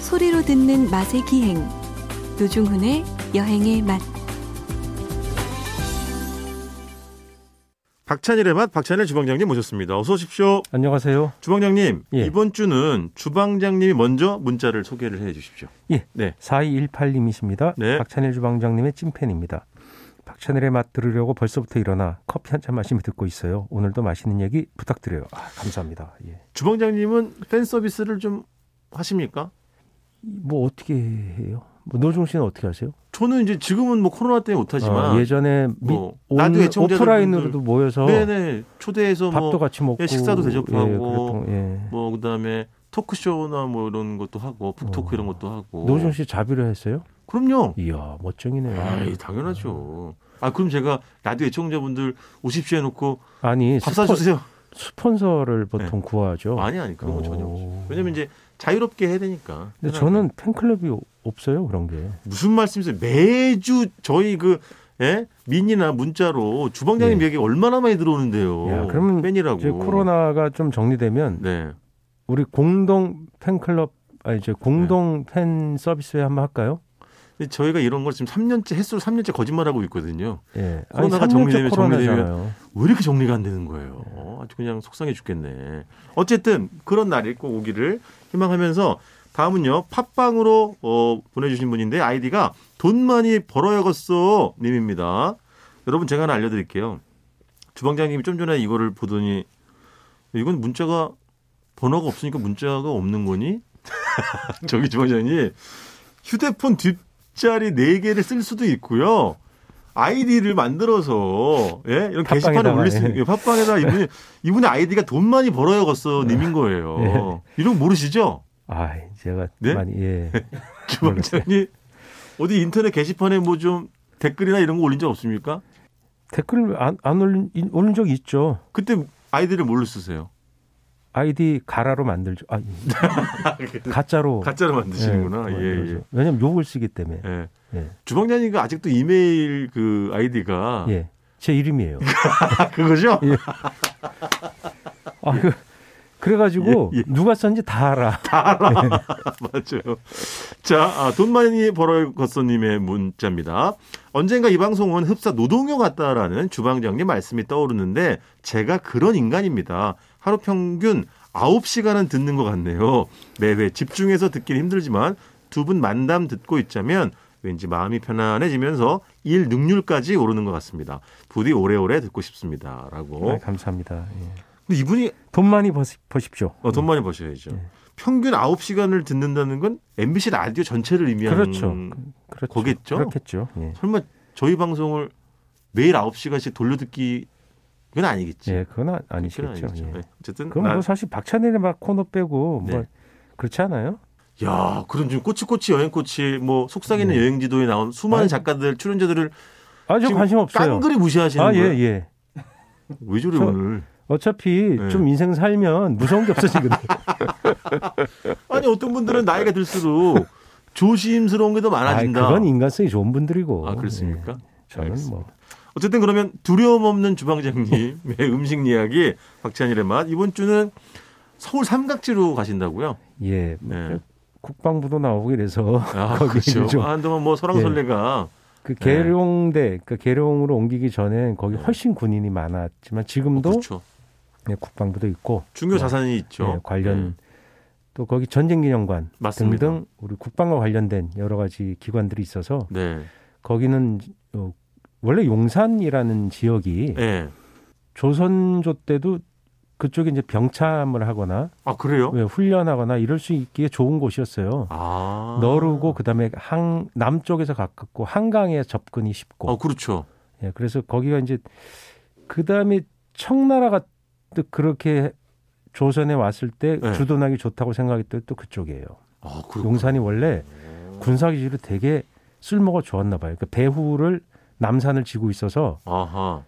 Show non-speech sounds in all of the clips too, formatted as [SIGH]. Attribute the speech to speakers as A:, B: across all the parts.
A: 소리로 듣는 맛의 기행 노중훈의 여행의 맛
B: 박찬일의 맛 박찬일 주방장님 모셨습니다. 어서 오십시오.
C: 안녕하세요.
B: 주방장님
C: 예.
B: 이번 주는 주방장님이 먼저 문자를 소개를 해주십시오.
C: 예.
B: 네.
C: 4218님이십니다.
B: 네.
C: 박찬일 주방장님의 찐팬입니다. 박찬일의 맛 들으려고 벌써부터 일어나 커피 한 잔 마시며 듣고 있어요. 오늘도 맛있는 얘기 부탁드려요. 아, 감사합니다. 예.
B: 주방장님은 팬 서비스를 좀 하십니까?
C: 뭐 어떻게 해요? 뭐 노중 씨는 어떻게 하세요?
B: 저는 이제 지금은 뭐 코로나 때문에 못하지만
C: 아, 예전에 미,
B: 뭐,
C: 온,
B: 라디오 애청자들
C: 오프라인으로도 모여서
B: 네네 초대해서
C: 밥도
B: 뭐,
C: 같이 먹고
B: 예, 식사도 대접하고.
C: 예, 그랬던- 예.
B: 뭐 그다음에 토크쇼나 뭐 이런 것도 하고
C: 어.
B: 북토크 이런 것도 하고.
C: 노중 씨 자비를 했어요?
B: 그럼요.
C: 이야 멋쟁이네요.
B: 아이 예, 당연하죠. 아 그럼 제가 라디오 애청자분들 오십시오 해놓고
C: 아니
B: 밥
C: 예, 스폰-
B: 사주세요. 네.
C: 스폰서를 보통 구하죠.
B: 아니 아니 그런 건 전혀
C: 오.
B: 없어요. 왜냐면 이제 자유롭게 해야 되니까.
C: 근데
B: 편하게.
C: 저는 팬클럽이 오- 없어요 그런 게.
B: 무슨 말씀이세요? 매주 저희 그 예? 민이나 문자로 주방장님
C: 예.
B: 얘기 얼마나 많이 들어오는데요.
C: 야, 그러면
B: 팬이라고.
C: 이제 코로나가 좀 정리되면
B: 네.
C: 우리 공동 팬클럽 아 이제 공동
B: 네.
C: 팬 서비스에 한번 할까요?
B: 근데 저희가 이런 걸 지금 3년째 횟수로 3년째 거짓말하고 있거든요.
C: 예.
B: 코로나가
C: 삼년째
B: 정리되면 정리되면
C: 코로나잖아요.
B: 왜 이렇게 정리가 안 되는 거예요? 아주 그냥 속상해 죽겠네. 어쨌든 그런 날이 꼭 오기를 희망하면서 다음은요. 팟빵으로 어, 보내주신 분인데 아이디가 돈 많이 벌어야겠어 님입니다. 여러분 제가 하나 알려드릴게요. 주방장님이 좀 전에 이거를 보더니 이건 문자가 번호가 없으니까 문자가 없는 거니? [LAUGHS] 저기 주방장님 휴대폰 뒷자리 4개를 쓸 수도 있고요. 아이디를 만들어서 예? 이런 게시판에
C: 팟빵에다가,
B: 올릴 수
C: 예.
B: 있는 팟빵에다 이분이 이분의 아이디가 돈 많이 벌어야 겠어
C: 네.
B: 님인 거예요. 이런 거 모르시죠?
C: 아, 제가
B: 네? [LAUGHS]
C: 많이 예.
B: 주방장님 어디 인터넷 게시판에 뭐 좀 댓글이나 이런 거 올린 적 없습니까?
C: 댓글 안, 안 올린 인- 올린 적 있죠.
B: 그때 아이디를 뭘로 쓰세요?
C: 아이디 가라로 만들죠. 아, 예.
B: [LAUGHS]
C: 가짜로
B: 가짜로 만드시는구나.
C: 예,
B: 예, 예.
C: 만들죠. 왜냐면 욕을 쓰기 때문에.
B: 예.
C: 예.
B: 주방장님이 아직도 이메일 그 아이디가
C: 예. 제 이름이에요.
B: 아, [LAUGHS] 그거죠?
C: 예. 아, 그, 그래가지고
B: 예, 예.
C: 누가 썼는지 다 알아.
B: [LAUGHS] 맞아요. 자, 아, 돈 많이 벌어요 거서님의 문자입니다. 언젠가 이 방송은 흡사 노동요 같다라는 주방장님 말씀이 떠오르는데 제가 그런 인간입니다. 하루 평균 9시간은 듣는 것 같네요. 매회 집중해서 듣기는 힘들지만 두 분 만담 듣고 있자면 왠지 마음이 편안해지면서 일 능률까지 오르는 것 같습니다. 부디 오래오래 듣고 싶습니다. 라고.
C: 아, 감사합니다. 예.
B: 네. 근데 이분이
C: 돈 많이 버시, 버십시오.
B: 어, 돈 많이 버셔야죠.
C: 네.
B: 평균 9시간을 듣는다는 건 MBC 라디오 전체를 의미하는
C: 그렇죠. 그렇죠.
B: 거겠죠?
C: 그렇겠죠. 예.
B: 설마 저희 방송을 매일 9시간씩 돌려듣기 그건 아니겠지.
C: 예, 그건 아-
B: 그건
C: 아니시겠죠.
B: 아니겠죠.
C: 예.
B: 네. 어쨌든
C: 그럼
B: 나-
C: 뭐 사실 박찬일의 막 코너 빼고 뭐
B: 네.
C: 그렇지 않아요?
B: 야, 그럼 지금 꼬치꼬치 여행꼬치 뭐 속삭이는
C: 네.
B: 여행 지도에 나온 수많은
C: 아니,
B: 작가들 출연자들을
C: 아, 저
B: 지금
C: 관심 없어요.
B: 깡그리 무시하시는
C: 아, 예,
B: 거예요?
C: 예.
B: 왜 저래
C: 저-
B: 오늘?
C: 어차피
B: 네.
C: 좀 인생 살면 무서운 게 없어지거든.
B: [LAUGHS] 아니 어떤 분들은 나이가 들수록
C: [LAUGHS]
B: 조심스러운 게 더
C: 아,
B: 많아진다.
C: 그건 인간성이 좋은 분들이고.
B: 아, 그렇습니까?
C: 예. 저는 뭐
B: 어쨌든 그러면 두려움 없는
C: [LAUGHS]
B: 주방장님의
C: 네.
B: 음식 이야기 박찬일의 맛 이번 주는 서울 삼각지로 가신다고요?
C: 예.
B: 네.
C: 국방부도 나오고 이래서 [LAUGHS]
B: 아,
C: 거기
B: 그렇죠.
C: 좀- 네.
B: 아, 한동안 뭐 서랑설레가
C: 그
B: 네.
C: 계룡대 그 계룡으로 옮기기 전엔 거기 훨씬 군인이 많았지만 지금도
B: 그렇죠.
C: 예, 국방부도 있고
B: 중요
C: 네.
B: 자산이 있죠.
C: 예, 관련
B: 네.
C: 또 거기 전쟁기념관
B: 맞습니다.
C: 등등 우리 국방과 관련된 여러 가지 기관들이 있어서
B: 네.
C: 거기는 어, 원래 용산이라는 지역이
B: 네.
C: 조선조 때도 그쪽에 이제 병참을 하거나
B: 아 그래요?
C: 왜 훈련하거나 이럴 수 있기에 좋은 곳이었어요.
B: 아
C: 너르고 그다음에 항 남쪽에서 가깝고 한강에 접근이 쉽고
B: 어 그렇죠.
C: 예, 그래서 거기가 이제 그 다음에 청나라가 또 그렇게 조선에 왔을 때
B: 네.
C: 주둔하기 좋다고 생각했던 또 그쪽이에요.
B: 아 그렇군.
C: 용산이 원래 군사기지로 되게 쓸모가 좋았나 봐요. 그 배후를 남산을 지고 있어서
B: 아하.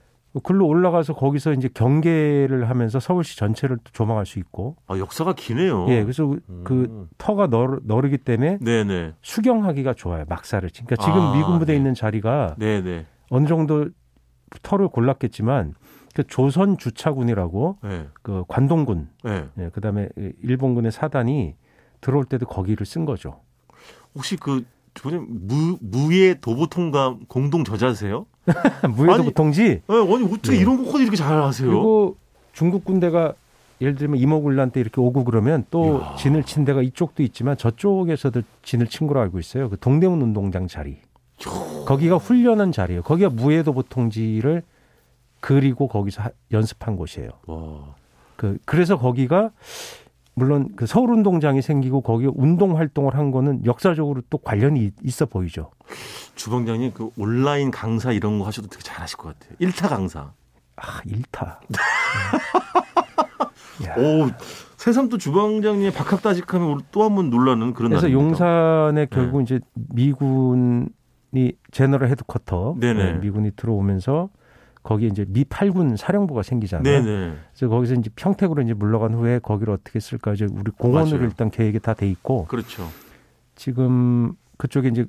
C: 글로 올라가서 거기서 이제 경계를 하면서 서울시 전체를 또 조망할 수 있고
B: 아 역사가 기네요.
C: 예 그래서 그
B: 음.
C: 터가 너르, 너르기 때문에
B: 네네.
C: 수경하기가 좋아요 막사를 치 그러니까 지금
B: 아,
C: 미군 부대에
B: 네.
C: 있는 자리가
B: 네네.
C: 어느 정도 터를 골랐겠지만 그 조선 주차군이라고
B: 네.
C: 그 관동군
B: 네.
C: 예, 그다음에 일본군의 사단이 들어올 때도 거기를 쓴 거죠. [LAUGHS]
B: 혹시 그 조님 무 무예 도보 통감 공동 저자세요?
C: 무예도
B: 아니,
C: 보통지.
B: 예, 아니 어떻게
C: 네.
B: 이런 것까지 이렇게 잘하세요?
C: 그리고 중국 군대가 예를 들면 이모군란 때 이렇게 오고 그러면 또
B: 이야.
C: 진을 친 데가 이쪽도 있지만 저쪽에서도 진을 친 걸로 알고 있어요. 그 동대문 운동장 자리. 거기가 훈련한 자리예요. 거기가 무예도 보통지를 그리고 거기서 하- 연습한 곳이에요.
B: 와,
C: 그 그래서 거기가 물론 그 서울 운동장이 생기고 거기 운동 활동을 한 거는 역사적으로 또 관련이 있- 있어 보이죠.
B: 주방장님 그 온라인 강사 이런 거 하셔도 되게 잘하실 것 같아요. 1타 강사.
C: 아 일타. 야.
B: 오, 새삼 또 주방장님의 박학다식함에 또 한 번 놀라는 네. 그런
C: 그래서
B: 날입니다.
C: 용산에 결국 이제 미군이 제너럴 헤드쿼터
B: 네네.
C: 네, 미군이 들어오면서 거기에 이제 미 8군 사령부가 생기잖아요.
B: 네네.
C: 그래서 거기서 이제 평택으로 이제 물러간 후에 거기를 어떻게 쓸까 이제 우리 공원으로
B: 맞아요.
C: 일단 계획이 다 돼 있고
B: 그렇죠.
C: 지금 그쪽에 이제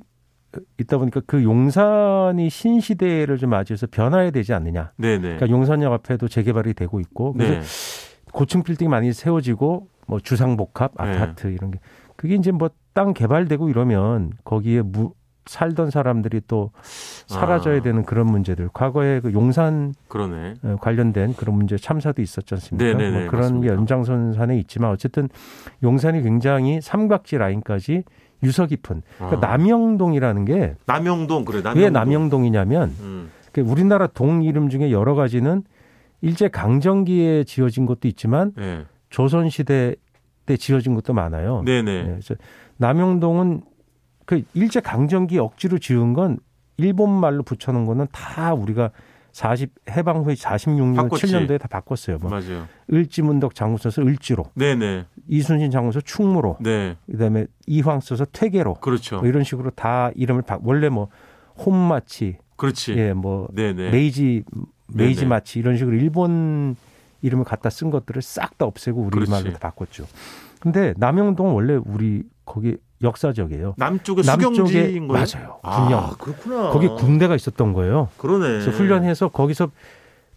C: 있다 보니까 그 용산이 신시대를 좀 맞이해서 변화해야 되지 않느냐.
B: 네네.
C: 그러니까 용산역 앞에도 재개발이 되고 있고 그래서
B: 네.
C: 고층 빌딩 많이 세워지고 뭐 주상복합
B: 네.
C: 아파트 이런 게 그게 이제 뭐 땅 개발되고 이러면 거기에 무, 살던 사람들이 또 사라져야
B: 아.
C: 되는 그런 문제들 과거에 그 용산
B: 그러네.
C: 어, 관련된 그런 문제 참사도 있었지 않습니까?
B: 네네네,
C: 뭐 그런
B: 맞습니다.
C: 게 연장선상에 있지만 어쨌든 용산이 굉장히 삼각지 라인까지 유서 깊은 그러니까
B: 아.
C: 남영동이라는 게
B: 남영동 그래. 남영동.
C: 왜 남영동이냐면
B: 음.
C: 그 우리나라 동 이름 중에 여러 가지는 일제 강점기에 지어진 것도 있지만
B: 네.
C: 조선 시대 때 지어진 것도 많아요.
B: 네네.
C: 예, 그래서 남영동은 그 일제 강점기 억지로 지은 건 일본 말로 붙여놓은 거는 다 우리가 40 해방 후에 46년
B: 바꿨지.
C: 7년도에 다 바꿨어요. 뭐
B: 맞아요.
C: 을지문덕 장군 써서 을지로,
B: 네네.
C: 이순신 장군 써서 충무로,
B: 네.
C: 그다음에 이황 써서 퇴계로
B: 그렇죠.
C: 뭐 이런 식으로 다 이름을 바, 원래 뭐 홈마치,
B: 그렇지.
C: 예, 뭐
B: 네네.
C: 메이지 메이지
B: 네네.
C: 마치 이런 식으로 일본 이름을 갖다 쓴 것들을 싹 다 없애고 우리말로
B: 그렇지.
C: 다 바꿨죠. 근데 남영동은 원래 우리 거기 역사적이에요.
B: 남쪽에
C: 남쪽에
B: 그 수경지인 거예요.
C: 맞아요. 군영.
B: 아, 그렇구나.
C: 거기 군대가 있었던 거예요.
B: 그러네.
C: 그래서 훈련해서 거기서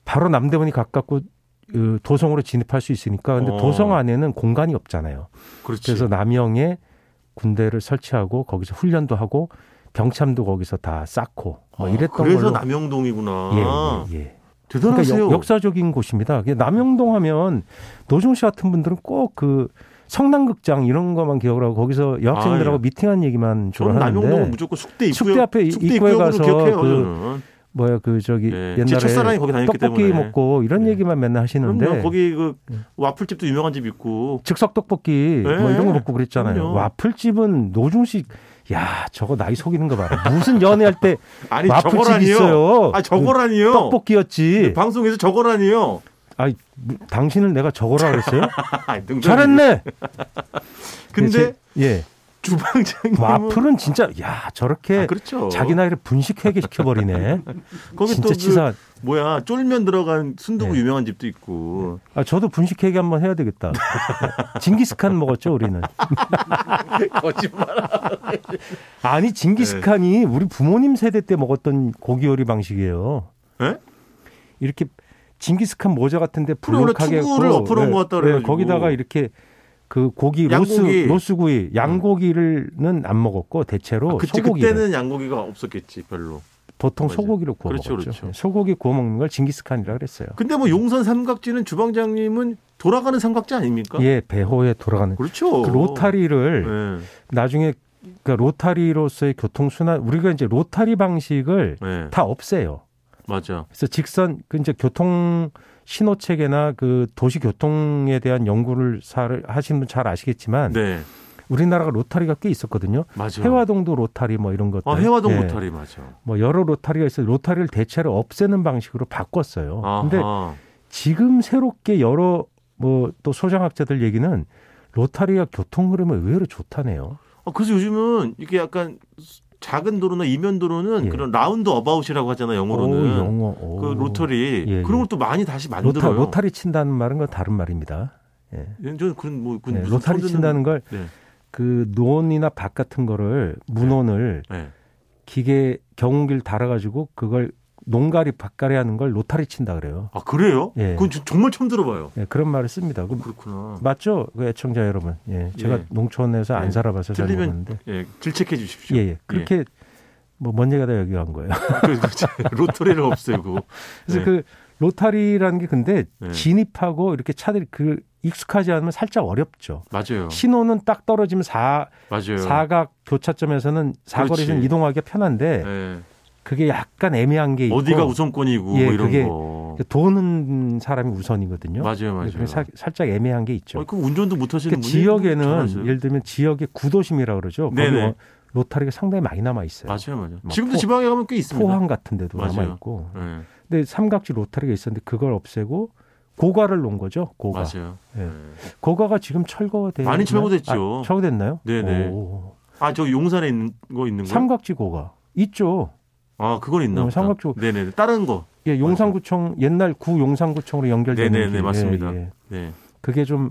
C: 바로 남대문이 가깝고 어, 도성으로 진입할 수 있으니까 근데
B: 어.
C: 도성 안에는 공간이 없잖아요.
B: 그렇지.
C: 그래서 남영에 군대를 설치하고 거기서 훈련도 하고 병참도 거기서 다 쌓고 뭐 이랬던
B: 아, 그래서
C: 걸로
B: 남영동이구나. 아.
C: 예, 예, 예.
B: 그러니까 대단하세요.
C: 역- 역사적인 곳입니다. 이게 남영동 하면 노중 씨 같은 분들은 꼭 그 성남극장 이런 것만 기억을 하고 거기서 여학생들하고
B: 아, 예.
C: 미팅한 얘기만 주로
B: 저는 남영동은
C: 하는데
B: 무조건 숙대 입구역.
C: 숙대 앞에 이- 입구에
B: 입구역으로
C: 가서
B: 기억해요,
C: 그
B: 저는.
C: 뭐야 그 저기
B: 예. 제
C: 옛날에
B: 첫사랑이 거기 다녔기
C: 떡볶이
B: 때문에.
C: 먹고 이런
B: 예.
C: 얘기만 맨날 하시는데
B: 그럼요. 거기 그
C: 네.
B: 와플집도 유명한 집 있고.
C: 즉석 떡볶이 뭐
B: 예,
C: 이런 거 먹고 그랬잖아요.
B: 그럼요.
C: 와플집은 노중 씨 야, 저거 나이 속이는 거 봐라. 무슨 연애할 때
B: [LAUGHS] 아니
C: 와플집
B: 저거라니요.
C: 있어요. 그
B: 아 저거라니요. 네,
C: 떡볶이였지.
B: 방송에서 저거라니요. [LAUGHS]
C: 아, 당신을 내가 저거라 그랬어요?
B: 아, 능동이.
C: 잘했네.
B: 근데
C: 예, 제- 예.
B: 주방장님은
C: 와플은 진짜 야 저렇게
B: 아, 그렇죠.
C: 자기 나이를 분식회계 시켜버리네.
B: [LAUGHS] 거기
C: 진짜
B: 또그
C: 치사.
B: 뭐야 쫄면 들어간 순두부
C: 네.
B: 유명한 집도 있고
C: 아, 저도 분식회계 한번 해야 되겠다. 징기스칸 먹었죠 우리는.
B: [LAUGHS] 거짓말. 네.
C: 아니 징기스칸이 우리 부모님 세대 때 먹었던 고기 요리 방식이에요.
B: 예?
C: 이렇게 징기스칸 모자 같은데
B: 그래, 원래
C: 불룩하게
B: 투구를
C: 했고,
B: 엎어놓은
C: 예,
B: 것 같다
C: 예,
B: 그래가지고.
C: 거기다가 이렇게 그 고기
B: 양고기. 네.
C: 로스 로스구이 양고기를는 안 먹었고 대체로
B: 아, 그치,
C: 소고기를
B: 그때는 양고기가 없었겠지 별로.
C: 보통
B: 맞아요.
C: 소고기로 구워
B: 그렇죠,
C: 먹었죠. 예,
B: 그렇죠.
C: 소고기 구워 먹는 걸 징기스칸이라 그랬어요.
B: 근데 뭐 용산 삼각지는 주방장님은 돌아가는 삼각지 아닙니까?
C: 예, 배호에 돌아가는
B: 그렇죠.
C: 그 로타리를
B: 예.
C: 나중에 그러니까 로타리로서의 교통 순환 우리가 이제 로타리 방식을
B: 예.
C: 다 없애요.
B: 맞아.
C: 그래서 직선 그 이제 교통 신호 체계나 그 도시 교통에 대한 연구를 잘 하시는 분 잘 아시겠지만
B: 네.
C: 우리나라가 로타리가 꽤 있었거든요.
B: 맞아.
C: 해화동도 로타리 뭐 이런 것들.
B: 아, 해화동
C: 예.
B: 로타리 맞아.
C: 뭐 여러 로타리가 있어요. 로타리를 대체로 없애는 방식으로 바꿨어요.
B: 아
C: 근데 지금 새롭게 여러 뭐 또 소장학자들 얘기는 로타리가 교통 흐름에 의외로 좋다네요.
B: 아, 그래서 요즘은 이게 약간 작은 도로나 이면 도로는
C: 예.
B: 그런 라운드 어바웃이라고 하잖아
C: 오,
B: 영어로는
C: 영어. 오.
B: 그 로터리 그런
C: 예, 예.
B: 걸 또 많이 다시
C: 로타,
B: 만들어요.
C: 로타리 친다는 말은 그 다른 말입니다. 예.
B: 예, 저는 그런 뭐 그건
C: 네,
B: 무슨
C: 로타리
B: 손드는-
C: 친다는
B: 네.
C: 걸 그 논이나 밭 같은 거를 문원을
B: 네.
C: 기계 경운기를 달아가지고 그걸 농가리 밭가리 하는 걸 로타리 친다 그래요.
B: 아 그래요?
C: 예.
B: 그건 저- 정말 처음 들어봐요.
C: 예, 그런 말을 씁니다. 그,
B: 그렇구나.
C: 맞죠? 그 애청자 여러분. 예, 제가
B: 예.
C: 농촌에서 안
B: 예.
C: 살아봐서 잘
B: 틀리면-
C: 모르는데.
B: 예, 질책해 주십시오.
C: 예, 예. 그렇게 뭐먼 얘기가 다 여기 간 거예요.
B: [LAUGHS] 그, 그, 로터리를 없애고.
C: 그래서
B: 예.
C: 그 로타리라는 게 근데
B: 네.
C: 진입하고 이렇게 차들이 그 익숙하지 않으면 살짝 어렵죠.
B: 맞아요.
C: 신호는 딱 떨어지면 사,
B: 맞아요.
C: 사각 교차점에서는 사거리에서는
B: 네. 그렇지.
C: 이동하기가 편한데
B: 예.
C: 그게 약간 애매한 게 예, 있고
B: 어디가 우선권이고
C: 예,
B: 뭐 이런
C: 그게
B: 거.
C: 도는 사람이 우선이거든요. 네,
B: 맞아요, 맞아요.
C: 그게 살- 살짝 애매한 게 있죠.
B: 아니, 그럼 운전도 못 하시는
C: 그러니까
B: 분이
C: 지역에는
B: 잘하세요.
C: 예를 들면 지역의 구도심이라 그러죠. 거기
B: 네네.
C: 어- 로타리가 상당히 많이 남아 있어요.
B: 맞아요, 맞아요.
C: 뭐
B: 지금도
C: 포-
B: 지방에 가면 꽤 있습니다.
C: 포항 같은 데도
B: 맞아요.
C: 남아 있고.
B: 예,
C: 근데 삼각지 로타리가 있었는데 그걸 없애고 고가를 놓은 거죠. 고가.
B: 맞아요.
C: 예.
B: 예.
C: 고가가 지금 철거돼
B: 많이 철거됐죠.
C: 아, 철거됐나요?
B: 네네.
C: 오.
B: 아, 저 용산에 있는 거 있는 거?
C: 삼각지 고가 있죠.
B: 아, 그건 있나
C: 어,
B: 보다.
C: 삼각지-
B: 네네. 다른 거.
C: 예, 용산구청 옛날 구 용산구청으로 연결되는
B: 네네네,
C: 길. 예,
B: 맞습니다.
C: 예.
B: 네.
C: 그게 좀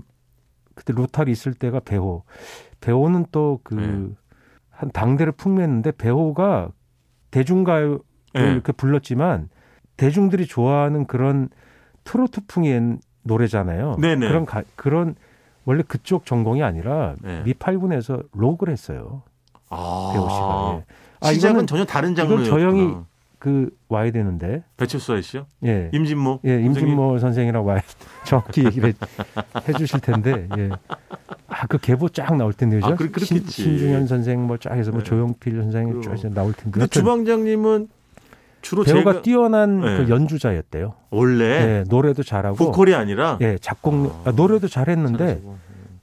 C: 그때 로타리 있을 때가 배호. 배호는 또 그
B: 네.
C: 한 당대를 풍미했는데 배호가 대중가요
B: 예.
C: 이렇게 불렀지만 대중들이 좋아하는 그런 트로트풍의 노래잖아요.
B: 네네.
C: 그런 가- 그런 원래 그쪽 전공이 아니라
B: 네.
C: 미팔군에서 로그를 했어요.
B: 아.
C: 배호 씨가. 예. 아
B: 시작은
C: 이거는
B: 전혀 다른 장르예요.
C: 이건 저형이- 그 와야 되는데.
B: 배철수 아저씨요?
C: 예.
B: 임진모.
C: 예,
B: 선생님?
C: 임진모 선생이랑 와야 [LAUGHS] 정확히 얘기를 해 주실 텐데. 예. 아, 그 계보 쫙 나올 텐데 그죠?
B: 아, 그렇- 그렇겠지.
C: 신, 중현 선생 뭐 쫙 해서 뭐
B: 네.
C: 조용필 선생 쫙
B: 그럼.
C: 해서 나올 텐데.
B: 근데
C: 여튼
B: 주방장님은 주로
C: 배우가
B: 제가
C: 뛰어난
B: 네.
C: 그 연주자였대요.
B: 원래
C: 예, 노래도 잘하고
B: 보컬이 아니라
C: 예, 작곡
B: 아.
C: 아, 노래도 잘했는데
B: 잘하시고.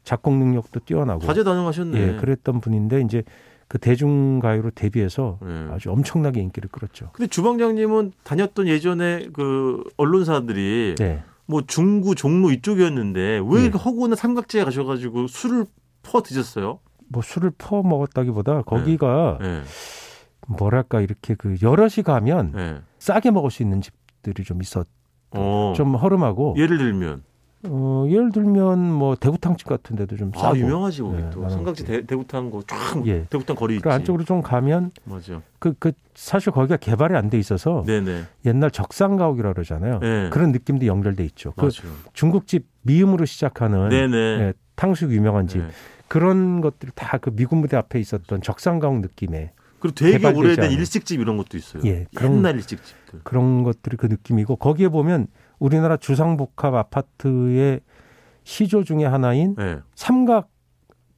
C: 작곡 능력도 뛰어나고
B: 사제 다녀가셨네.
C: 예, 그랬던 분인데 이제 그 대중가요로 데뷔해서
B: 예.
C: 아주 엄청나게 인기를 끌었죠.
B: 근데 주방장님은 다녔던 예전에 그 언론사들이
C: 네.
B: 뭐 중구 종로 이쪽이었는데 왜
C: 예.
B: 이렇게 허구나 삼각지에 가셔가지고 술을 퍼 드셨어요?
C: 뭐 술을 퍼
B: 네.
C: 먹었다기보다 거기가
B: 예.
C: 뭐랄까 이렇게 그 여럿이 가면
B: 예.
C: 싸게 먹을 수 있는 집들이 좀 있었
B: 어.
C: 좀 허름하고
B: 예를 들면
C: 어, 예를 들면 뭐 대구탕집 같은 데도 좀
B: 아
C: 싸고
B: 유명하지 거기
C: 예,
B: 또
C: 나는
B: 삼각지 대, 대구탕 거쫙
C: 예.
B: 대구탕 거리 있지.
C: 그 안쪽으로 좀 가면
B: 맞아.
C: 그 그 사실 거기가 개발이 안 돼 있어서
B: 네네.
C: 옛날 적상가옥이라 그러잖아요.
B: 예.
C: 그런 느낌도 연결돼 있죠. 그
B: 맞아요.
C: 중국집 미음으로 시작하는
B: 네네.
C: 예, 탕수육 유명한 집
B: 예.
C: 그런 것들이 다 그 미군 무대 앞에 있었던 적상가옥 느낌의
B: 그리고 되게
C: 개발되지
B: 오래된
C: 않은.
B: 일식집 이런 것도 있어요.
C: 예, 그런-
B: 옛날 일식집들.
C: 그런 것들이 그 느낌이고 거기에 보면 우리나라 주상복합 아파트의 시조 중에 하나인
B: 예.
C: 삼각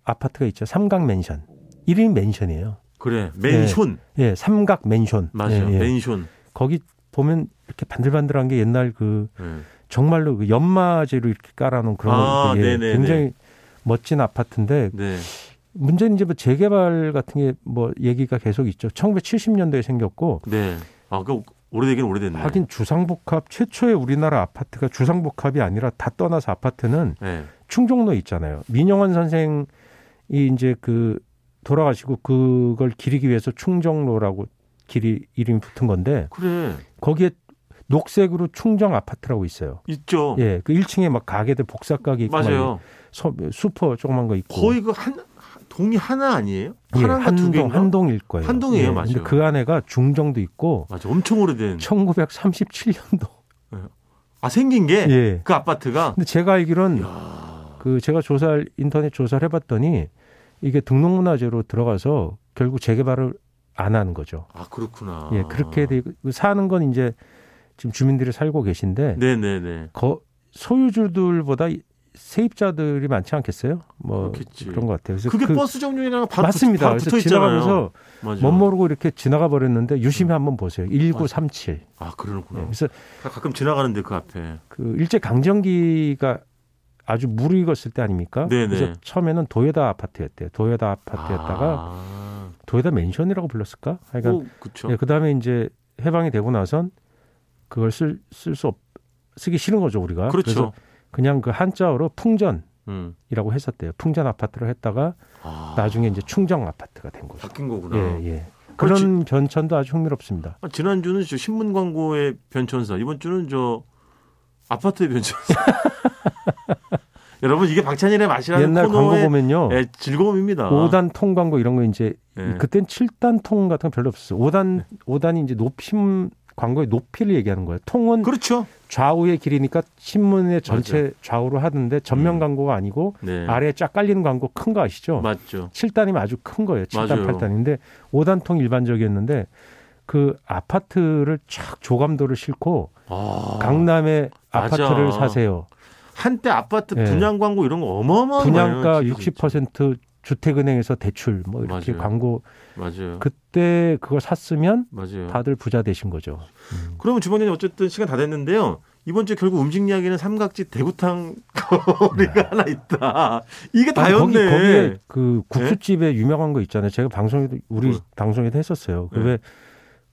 C: 아파트가 있죠. 삼각 맨션. 이름이 맨션이에요.
B: 그래. 맨손.
C: 예, 삼각 맨션.
B: 맞아요.
C: 예, 예.
B: 맨손.
C: 거기 보면 이렇게 반들반들한 게 옛날 그
B: 예.
C: 정말로 그 연마제로 이렇게 깔아놓은 그런
B: 아,
C: 거 예,
B: 네네네.
C: 굉장히 멋진 아파트인데
B: 네.
C: 문제는 이제 뭐 재개발 같은 게 뭐 얘기가 계속 있죠. 1970년도에 생겼고
B: 네. 아, 그 오래되긴 오래됐네.
C: 하긴 주상복합 최초의 우리나라 아파트가 주상복합이 아니라 다 떠나서 아파트는
B: 네.
C: 충정로에 있잖아요. 민영환 선생이 이제 그 돌아가시고 그걸 기리기 위해서 충정로라고 길이 이름이 붙은 건데
B: 그래.
C: 거기에 녹색으로 충정 아파트라고 있어요.
B: 있죠.
C: 예, 어. 그 1층에 막 가게들 복사 가게 있고 막
B: 맞아요.
C: 서- 슈퍼 조그만 거 있고
B: 거의 그 한 동이 하나 아니에요?
C: 예,
B: 하나가 두
C: 한동
B: 개인가?
C: 한동일 거예요.
B: 한동이에요, 음. 맞아요.
C: 근데 그 안에가 중정도 있고
B: 맞아. 엄청 오래된.
C: 1937년도.
B: 아, 생긴 게 그
C: 예.
B: 아파트가
C: 근데 제가 알기론
B: 야.
C: 그 제가 조사를 인터넷 조사를 해봤더니 이게 등록문화재로 들어가서 결국 재개발을 안 하는 거죠.
B: 아, 그렇구나.
C: 예, 그렇게 되고 사는 건 이제 지금 주민들이 살고 계신데
B: 네, 네, 네.
C: 거, 소유주들보다 이- 세입자들이 많지 않겠어요? 뭐
B: 그렇겠지.
C: 런것 같아요. 그래서
B: 그게
C: 그-
B: 버스 정류장이랑 바로
C: 맞습니다.
B: 붙- 바로 붙어
C: 그래서
B: 있잖아요. 음.
C: 지나가면서
B: 맞아.
C: 못 모르고 이렇게 지나가 버렸는데 유심히 한번 보세요. 1937.
B: 아,
C: 예,
B: 그러는구나.
C: 그래서
B: 가- 가끔 지나가는데 그 앞에.
C: 그 일제 강점기가 아주 무르익었을 때 아닙니까?
B: 네네.
C: 그래서 처음에는 도요다 아파트였대요. 도요다 아파트였다가
B: 아.
C: 도요다 맨션이라고 불렀을까? 하여간
B: 오, 그쵸.
C: 예, 그다음에 이제 해방이 되고 나선 그걸 쓸 쓸 수 없, 쓰기 싫은 거죠 우리가. 래서
B: 그렇죠.
C: 그냥 그 한자어로 풍전이라고
B: 음.
C: 했었대요. 풍전 아파트를 했다가
B: 아,
C: 나중에 이제 충정 아파트가 된 거죠.
B: 바뀐 거구나.
C: 예, 예. 그런 변천도 아주 흥미롭습니다.
B: 아, 지난주는 저 신문 광고의 변천사, 이번 주는 저 아파트의 변천사. [LAUGHS] 여러분 이게 박찬일의 맛이라는
C: 옛날 광고
B: 코너의
C: 보면요.
B: 예, 즐거움입니다.
C: 오단통 광고 이런 거 이제
B: 예. 네.
C: 그땐 칠단통 같은 거 별로 없었어요. 오단오단이 이제 높임 광고의 높이를 얘기하는 거예요. 통은
B: 그렇죠.
C: 좌우의 길이니까 신문의 전체 좌우로 하던데 전면
B: 음.
C: 광고가 아니고
B: 네.
C: 아래에 쫙 깔리는 광고 큰 거 아시죠?
B: 맞죠.
C: 7단이면 아주 큰 거예요. 7단,
B: 맞아요.
C: 8단인데 5단 통 일반적이었는데 그 아파트를 쫙 조감도를 싣고
B: 아,
C: 강남에
B: 맞아.
C: 아파트를 사세요.
B: 한때 아파트
C: 예.
B: 분양 광고 이런 거 어마어마한
C: 분양가
B: 많이
C: 60% 주택은행에서 대출 뭐 이렇게
B: 맞아요. 어.
C: 광고
B: 맞아요.
C: 그때 그걸 샀으면
B: 맞아요.
C: 다들 부자 되신 거죠.
B: 그러면 주방장님 어쨌든 시간 다 됐는데요. 이번 주에 결국 음식 이야기는 삼각지 대구탕 [LAUGHS] 거리가 하나 있다. 이게
C: 네. 아니, 거기
B: 다였네.
C: 거기에 그 국수집에 유명한 거 있잖아요. 제가 방송에도 우리
B: 뭐?
C: 방송에도 했었어요. 그
B: 네.
C: 왜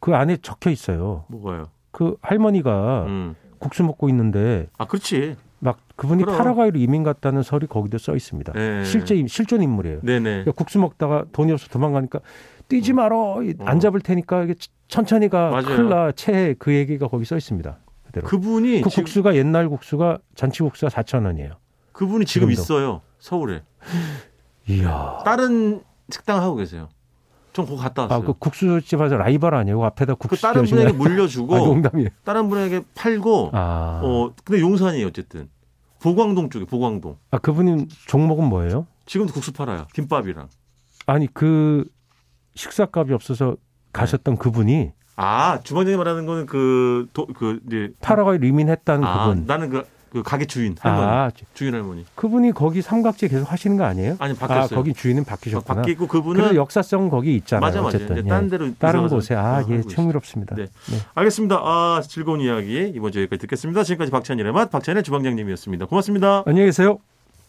C: 그 안에 적혀 있어요.
B: 뭐가요?
C: 그 할머니가
B: 음.
C: 국수 먹고 있는데
B: 아 그렇지.
C: 막 그분이
B: 그럼.
C: 파라과이로 이민 갔다는 설이 거기도 써 있습니다.
B: 네.
C: 실제 인- 실존 인물이에요.
B: 네네.
C: 그러니까 국수 먹다가 돈이 없어 도망가니까 뛰지 말어 이-
B: 어.
C: 안 잡을 테니까 이게 치- 천천히 가
B: 맞아요.
C: 큰일 나체그 얘기가 거기 써 있습니다. 그대로. 그,
B: 그분이 지금,
C: 국수가 옛날 국수가 잔치 국수가 4천 원이에요.
B: 그분이 지금
C: 지금도.
B: 있어요. 서울에.
C: 이야.
B: 다른 식당 하고 계세요. 전 거기 갔다 왔어요.
C: 아그
B: 그,
C: 국수집 에서 라이벌 아니에요? 그 앞에다 국수
B: 다른
C: 시켜주면-
B: 분에게
C: 아,
B: 물려주고
C: 농담이에요.
B: 다른 분에게 팔고
C: 아,
B: 어 근데 용산이에요 어쨌든 보광동 쪽에 보광동
C: 아 그분이 종목은 뭐예요?
B: 지금도 국수 팔아요 김밥이랑
C: 아니 그 식사값이 없어서 가셨던
B: 네.
C: 그분이
B: 아 주방장이 말하는 거는 그그 그, 이제
C: 파라과이 리민했다는
B: 아,
C: 그분.
B: 나는 그, 그 가게 주인 할머니
C: 아,
B: 주인 할머니
C: 그분이 거기 삼각지 계속 하시는 거 아니에요?
B: 아니 바뀌었어요.
C: 아, 거기 주인은
B: 바-
C: 바뀌셨구나.
B: 바뀌고
C: 그래서
B: 그분은
C: 역사성 거기 있잖아요.
B: 맞아 맞아
C: 어쨌든
B: 이제
C: 예.
B: 다른 데로
C: 다른
B: 이사가서
C: 곳에 아,
B: 하고
C: 예,
B: 있어요.
C: 흥미롭습니다.
B: 네. 알겠습니다. 아 즐거운 이야기 이번 주에 여기까지 듣겠습니다. 지금까지 박찬일의 맛 박찬일 주방장님이었습니다. 고맙습니다.
C: 안녕히 계세요.